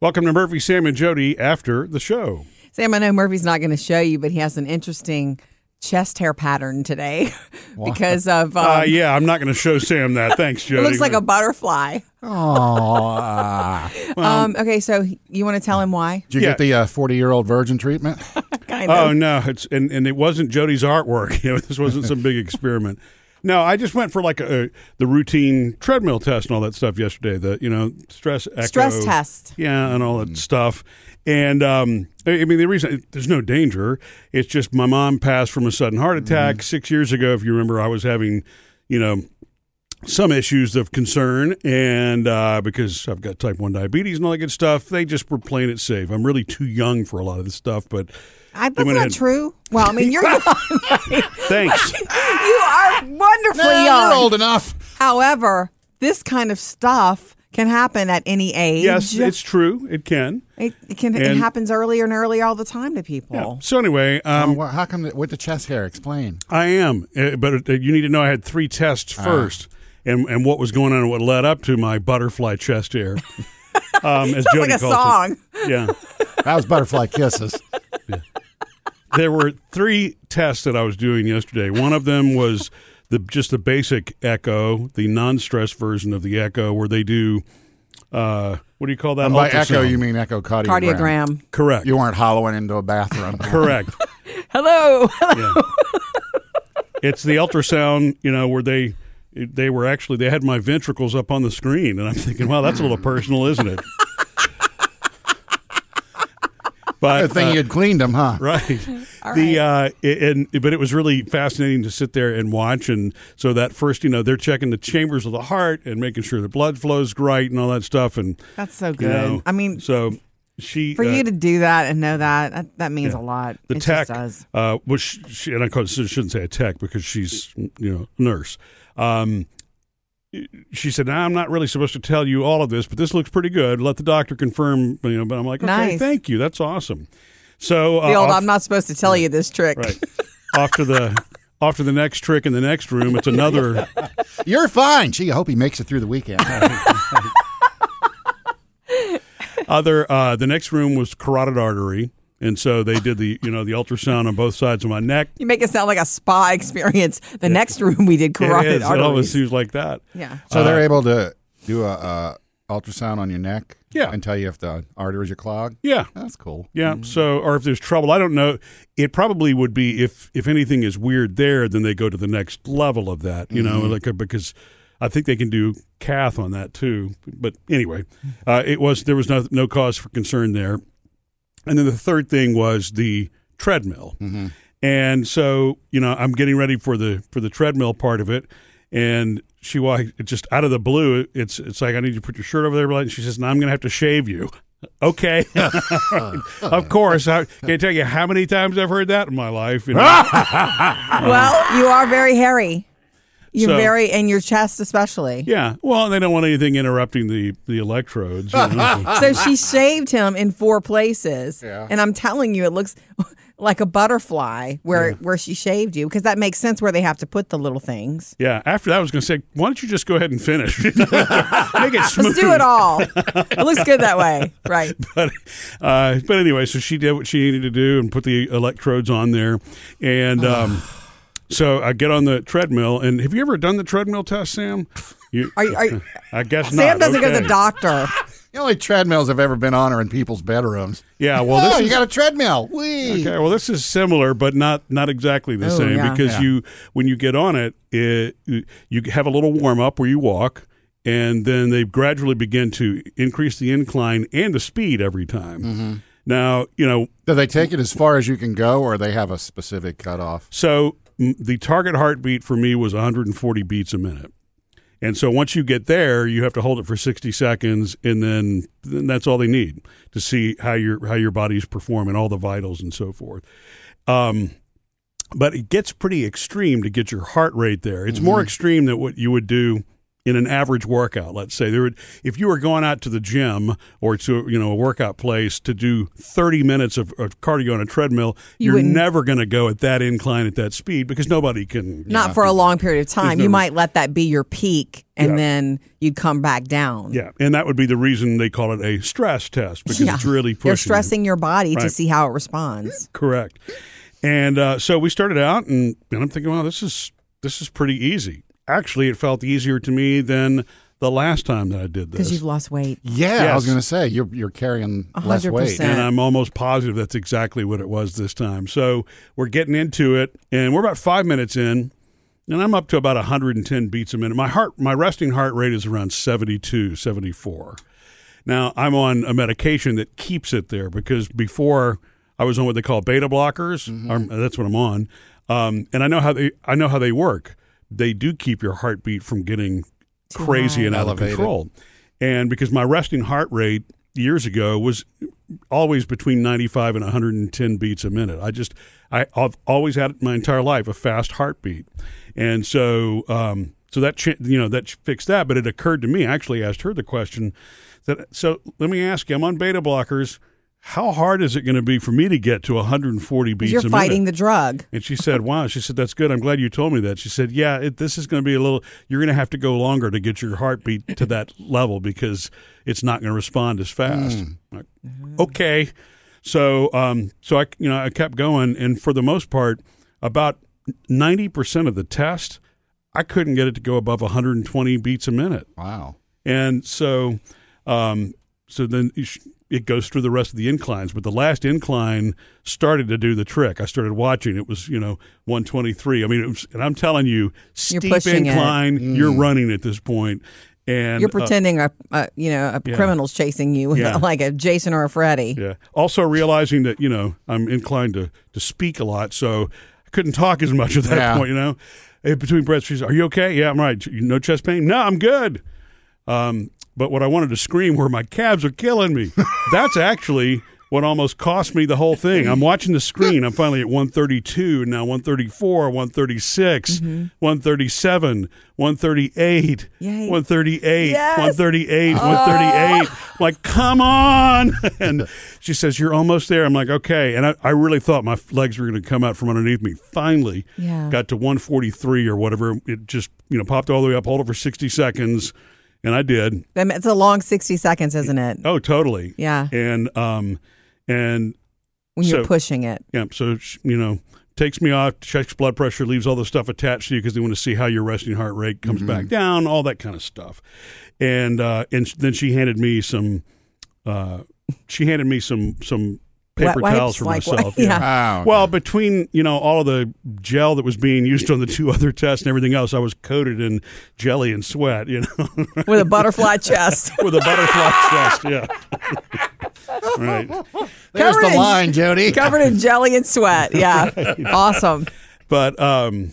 Welcome to Murphy, Sam, and Jody after the show. Sam, I know Murphy's not going to show you, but he has an interesting chest hair pattern today because of. Um, Uh, yeah, I'm not going to show Sam that. Thanks, Jody. It looks like a butterfly. Oh, Um, okay, so you want to tell him why? did you Yeah. get the uh, forty-year-old virgin treatment? Kind of. Oh no, it's and, and it wasn't Jody's artwork. You know, this wasn't some big experiment. No, I just went for like a, a the routine treadmill test and all that stuff yesterday. The you know stress echo, Stress test. yeah, and all that stuff. And um, I I mean, the reason there's no danger. It's just my mom passed from a sudden heart attack six years ago. If you remember, I was having you know some issues of concern, and uh, because I've got type one diabetes and all that good stuff, they just were playing it safe. I'm really too young for a lot of this stuff, but I, that's went not ahead. true. Well, I mean, you're young. thanks. you are wonderfully young. you're old enough. However, this kind of stuff can happen at any age. Yes, it's true. It can. it, it can. it and- happens earlier and earlier all the time to Yeah. people. So anyway, Oh, um, wha- how come the, with the chest hair? Explain. I am, uh, but uh, you need to know I had three tests Ah. first, and and what was going on and what led up to my butterfly chest hair. Um, as Sounds Jody like a calls song. It. Yeah, That was butterfly kisses. there were three tests that I was doing yesterday. One of them was the just the basic echo, the non-stress version of the echo, where they do uh, what do you call that? And by echo, Ultrasound. you mean echocardiogram. Cardiogram. correct? You weren't hollowing into a bathroom. correct. Hello. Yeah. it's the ultrasound, you know, where they they were actually they had my ventricles up on the screen, and I'm thinking, wow, that's a little personal, isn't it? But Good thing uh, you had cleaned them, huh? right, the uh, it, and but it was really fascinating to sit there and watch, and so that first, you know, they're checking the chambers of the heart and making sure the blood flows right and all that stuff, and That's so good. you know, I mean, so she for uh, you to do that and know that, that, that means a lot. the it tech, just does. uh, which she, and I call- shouldn't say a tech because she's you know nurse. Um, she said, nah, "I'm not really supposed to tell you all of this, but this looks pretty good. Let the doctor confirm." You know, but I'm like, "Okay, Nice. thank you. That's awesome." So uh, The old, off, I'm not supposed to tell you this trick. right off to the off to the next trick in the next room. It's another You're fine. Gee, I hope he makes it through the weekend. other. Uh, the next room was carotid artery, and so they did the you know the ultrasound on both sides of my neck. You make it sound like a spa experience. The next room we did it, carotid is. it always arteries. seems like that. Yeah. so they're able to do a uh, ultrasound on your neck. Yeah. And tell you if the arteries are clogged. Yeah. That's cool. Yeah. So, or if there's trouble, I don't know. It probably would be if if anything is weird there, then they go to the next level of that. You know, like uh, because I think they can do cath on that too. But anyway, uh, it was there was no no cause for concern there. And then the third thing was the treadmill. And so, you know, I'm getting ready for the for the treadmill part of it. And she walked it just out of the blue. It's it's like I need you to put your shirt over there. blah, And she says, "No, I'm going to have to shave you." Okay, of course. I can't tell you how many times I've heard that in my life. you Ah! know. well, you are very hairy. You're So- very, and your chest especially. yeah. Well, they don't want anything interrupting the the electrodes. you know. So she shaved him in four places. And I'm telling you, it looks like a butterfly where where she shaved you because that makes sense where they have to put the little things. yeah. After that, I was going to say, why don't you just go ahead and finish? Make it smooth. Let's do it all. it looks good that way. Right. but uh, but anyway, so she did what she needed to do and put the electrodes on there, and um, so I get on the treadmill. And have you ever done the treadmill test, Sam? You, Are, you- are, you- I guess Sam not. doesn't go to Okay. the doctor. The only treadmills I've ever been on are in people's bedrooms. Yeah, well, oh, this you is, got a treadmill. Whee. okay. Well, this is similar, but not not exactly the Oh, same yeah. because Yeah. you when you get on it, it, you have a little warm up where you walk. And then they gradually begin to increase the incline and the speed every time. Mm-hmm. Now, you know, Do they take it as far as you can go, or they have a specific cutoff? So m- the target heartbeat for me was 140 beats a minute. And so once you get there, you have to hold it for 60 seconds, and then, then that's all they need to see how your how your body's performing, all the vitals and so forth. Um, Mm-hmm. but it gets pretty extreme to get your heart rate there. It's more extreme than what you would do in in an average workout, let's say there would, if you were going out to the gym or to you know a workout place to do 30 minutes of, of cardio on a treadmill, You you are wouldn't- never going to go at that incline at that speed because nobody can. Not for a long period of time. no- you might let that be your peak and Yeah. then you'd come back down. Yeah, and that would be the reason they call it a stress test because Yeah. it's really pushing. You're you. stressing your body to Right. see how it responds. Correct. And uh, so we started out, and, and I'm thinking, wow, this is this is pretty easy. Actually, it felt easier to me than the last time that I did Because this. you've lost weight. Yeah, I was Yes. going to say you're you're carrying less weight. 100%. And I'm almost positive that's exactly what it was this time. So we're getting into it, and we're about five minutes in, and I'm up to about 110 beats a minute. My heart, my resting heart rate is around 72, 74. Now I'm on a medication that keeps it there because before I was on what they call beta blockers. or uh, that's what I'm on, um, and I know how they I know how they work. They do keep your heartbeat from getting crazy high. and out Elevated. of control. And because my resting heart rate years ago was always between 95 and 110 beats a minute. I just I, I've always had my entire life a fast heartbeat, and so um, so that ch- you know that fixed that. But it occurred to me. I actually asked her the question that so let me ask you. I'm on beta blockers. How hard is it going to be for me to get to 140 beats You're a fighting minute? the drug. And she said, "Wow." She said, "That's good. I'm glad you told me that." She said, "Yeah, it, this is going to be a little. You're going to have to go longer to get your heartbeat to that level because it's not going to respond as fast." Like, okay, so um, so I you know I kept going, and for the most part, about ninety percent of the test, I couldn't get it to go above 120 beats a minute. Wow. And so, um, so then you sh- it goes through the rest of the inclines. But the last incline started to do the trick. I started watching. It was you know 123. I mean, it was, and I'm telling you, You're steep pushing it. incline. You're running at this point, and You're uh, pretending a, a you know a Yeah. criminal's chasing you, Yeah. like a Jason or a Freddy. yeah. Also realizing that you know I'm inclined to to speak a lot, so I couldn't talk as much at that Yeah. point. You know, Eh, between breaths, she's, "Are you okay? Yeah, I'm right. You- No chest pain? No, I'm good." Um, but what I wanted to scream were, "My calves are killing me." That's actually what almost cost me the whole thing. I'm watching the screen. I'm finally at 132 now, 134, 136, 137, 138, Yay. 138, Yes. 138, 138. Oh. like, come on. And she says, You're almost there. I'm like, Okay. And I, I really thought my legs were going to come out from underneath me. Finally, Yeah. got to 143 or whatever. It just, you know, popped all the way up, hold it for 60 seconds. And I did. I mean, It's a long sixty seconds, isn't it? Oh, totally. Yeah, And, um, and when you're so- pushing it. yeah, so sh- you know, takes me off, checks blood pressure, leaves all the stuff attached to you because they want to see how your resting heart rate comes back down, all that kind of stuff. And uh, and sh- then she handed me some, uh, she handed me some some paper Wet towels wipes, for like what- myself. yeah. Wow. Well, between you know all of the gel that was being used on the two other tests and everything else, I was coated in jelly and sweat. You know, with a butterfly chest. with a butterfly test. Yeah. right. there's covered the in- line, Jody. Covered in jelly and sweat. Yeah. Awesome. But um,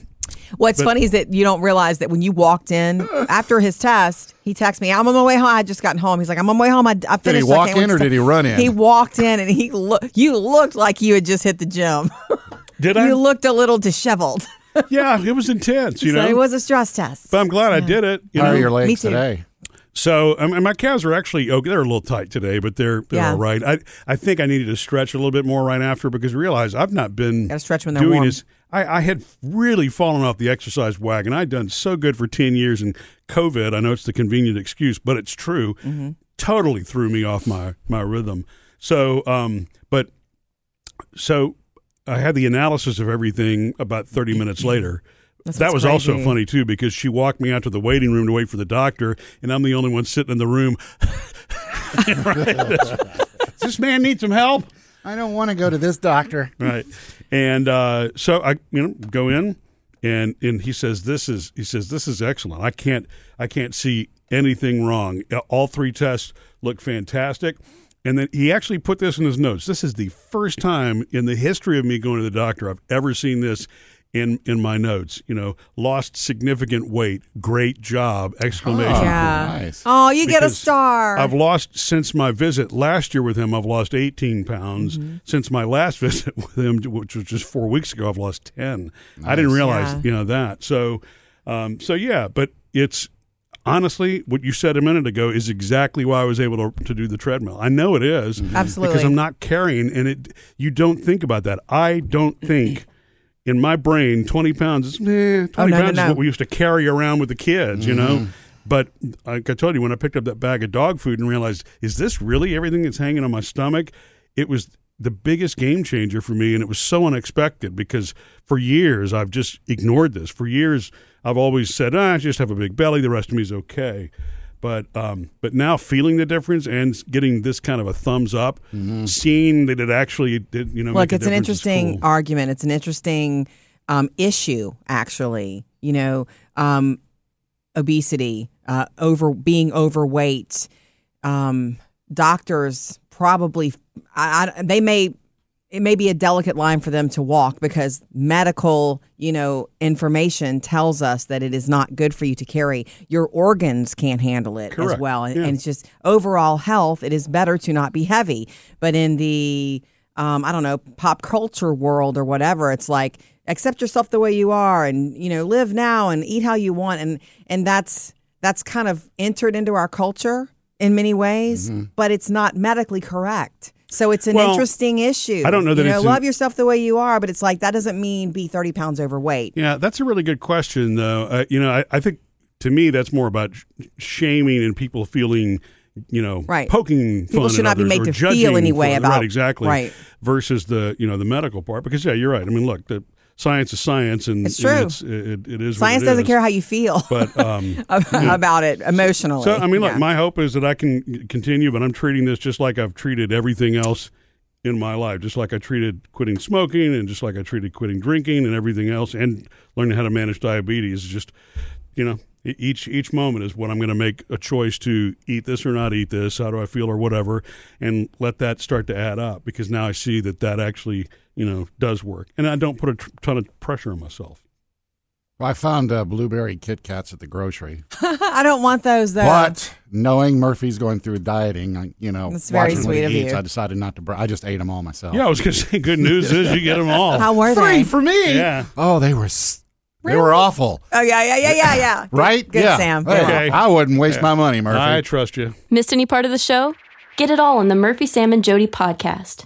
What's funny is that you don't realize that when you walked in after his test, he texted me, I'm on my way home. I just gotten home. He's like, I'm on my way home. I, I finished. Did he I walk can't wait in to or start." did he run in? He walked in and he look. you looked like you had just hit the gym. did I? you looked a little disheveled. yeah, it was intense. You so know, it was a stress test. But I'm glad I did it. You How are know? your Me legs too. today? So I mean, my calves are actually okay. They're a little tight today, but they're they're Yeah. all right. I I think I needed to stretch a little bit more right after because I realized I've not been Gotta stretch when they're doing warm. this. I, I had really fallen off the exercise wagon. I'd done so good for ten years, and COVID. I know it's the convenient excuse, but it's true. Mm-hmm. Totally threw me off my my rhythm. So, um, but so I had the analysis of everything about 30 minutes later. That's that what's was also crazy. funny too because she walked me out to the waiting room to wait for the doctor, and I'm the only one sitting in the room. Does this man need some help? I don't want to go to this doctor. Right, and uh, so I, you know, go in, and and he says this is he says this is excellent. I can't I can't see anything wrong. Uh, All three tests look fantastic. And then he actually put this in his notes. This is the first time in the history of me going to the doctor I've ever seen this in in my notes. You know, lost significant weight. Great job! Exclamation. Oh, yeah. nice. Oh, you get a Because star. I've lost since my visit last year with him. I've lost 18 pounds Mm-hmm. since my last visit with him, which was just four weeks ago. I've lost 10. I didn't realize Yeah. you know that. So, um, so yeah, but it's honestly, what you said a minute ago is exactly why I was able to, to do the treadmill. I know it is, Mm-hmm. Absolutely. because I'm not carrying, and it. You don't think about that. I don't think. In my brain, twenty pounds is eh, twenty Oh, no, no, pounds is no. Mm-hmm. what we used to carry around with the kids, you know. But like I told you, when I picked up that bag of dog food and realized, is this really everything that's hanging on my stomach? It was the biggest game changer for me, and it was so unexpected because for years I've just ignored this. For years I've always said, ah, I just have a big belly. The rest of me is okay. But um, but now feeling the difference and getting this kind of a thumbs up, seeing that it actually did, you know, Mm-hmm. make Look, a it's an difference is interesting cool. argument. It's an interesting um, issue, actually. You know, um, obesity, uh, over being overweight. Um, doctors probably I, I, they may it may be a delicate line for them to walk because medical you know information tells us that it is not good for you to carry your organs can't handle it as Correct. well and, Yeah. and it's just overall health it is better to not be heavy but in the um, i don't know pop culture world or whatever it's like accept yourself the way you are and you know live now and eat how you want and and that's that's kind of entered into our culture in many ways but it's not medically correct so it's an Mm-hmm. Well, interesting issue I don't know that you know, it's an- love yourself the way you are, but it's like that doesn't mean be thirty pounds overweight. Yeah, that's a really good question, though. Uh, you know, I, I think to me that's more about sh- shaming and people feeling, you know, Right. poking People fun should at not be others made or to feel judging any way fun. about- right exactly right. versus the you know the medical part because yeah you're right. I mean, look, the science is science, and It's you know, true. it's- it, it is what Science it doesn't is. care how you feel But um, about it emotionally. so I mean, look, Yeah. my hope is that I can continue, but I'm treating this just like I've treated everything else in my life, just like I treated quitting smoking, and just like I treated quitting drinking and everything else, and learning how to manage diabetes. Just you know, e- each each moment is what I'm going to make a choice to eat this or not eat this. How do I feel or whatever, and let that start to add up because now I see that that actually you know does work, and I don't put a tr- ton of pressure on myself. I found uh, blueberry Kit Kats at the grocery, I don't want those though. but knowing Murphy's going through dieting, I, you know, That's very watching what sweet he of eats, you. I decided not to. Br- I just ate them all myself. Yeah, I was going to say, good news is you get them all. how were three they? for me. Yeah. Oh, they were s they were awful. Oh yeah, yeah, yeah, yeah, yeah. Right? Good, yeah. Sam. Hey, Good. Okay. I wouldn't waste my money, Murphy. I trust you. Missed any part of the show? Get it all on the Murphy, Sam, and Jody podcast.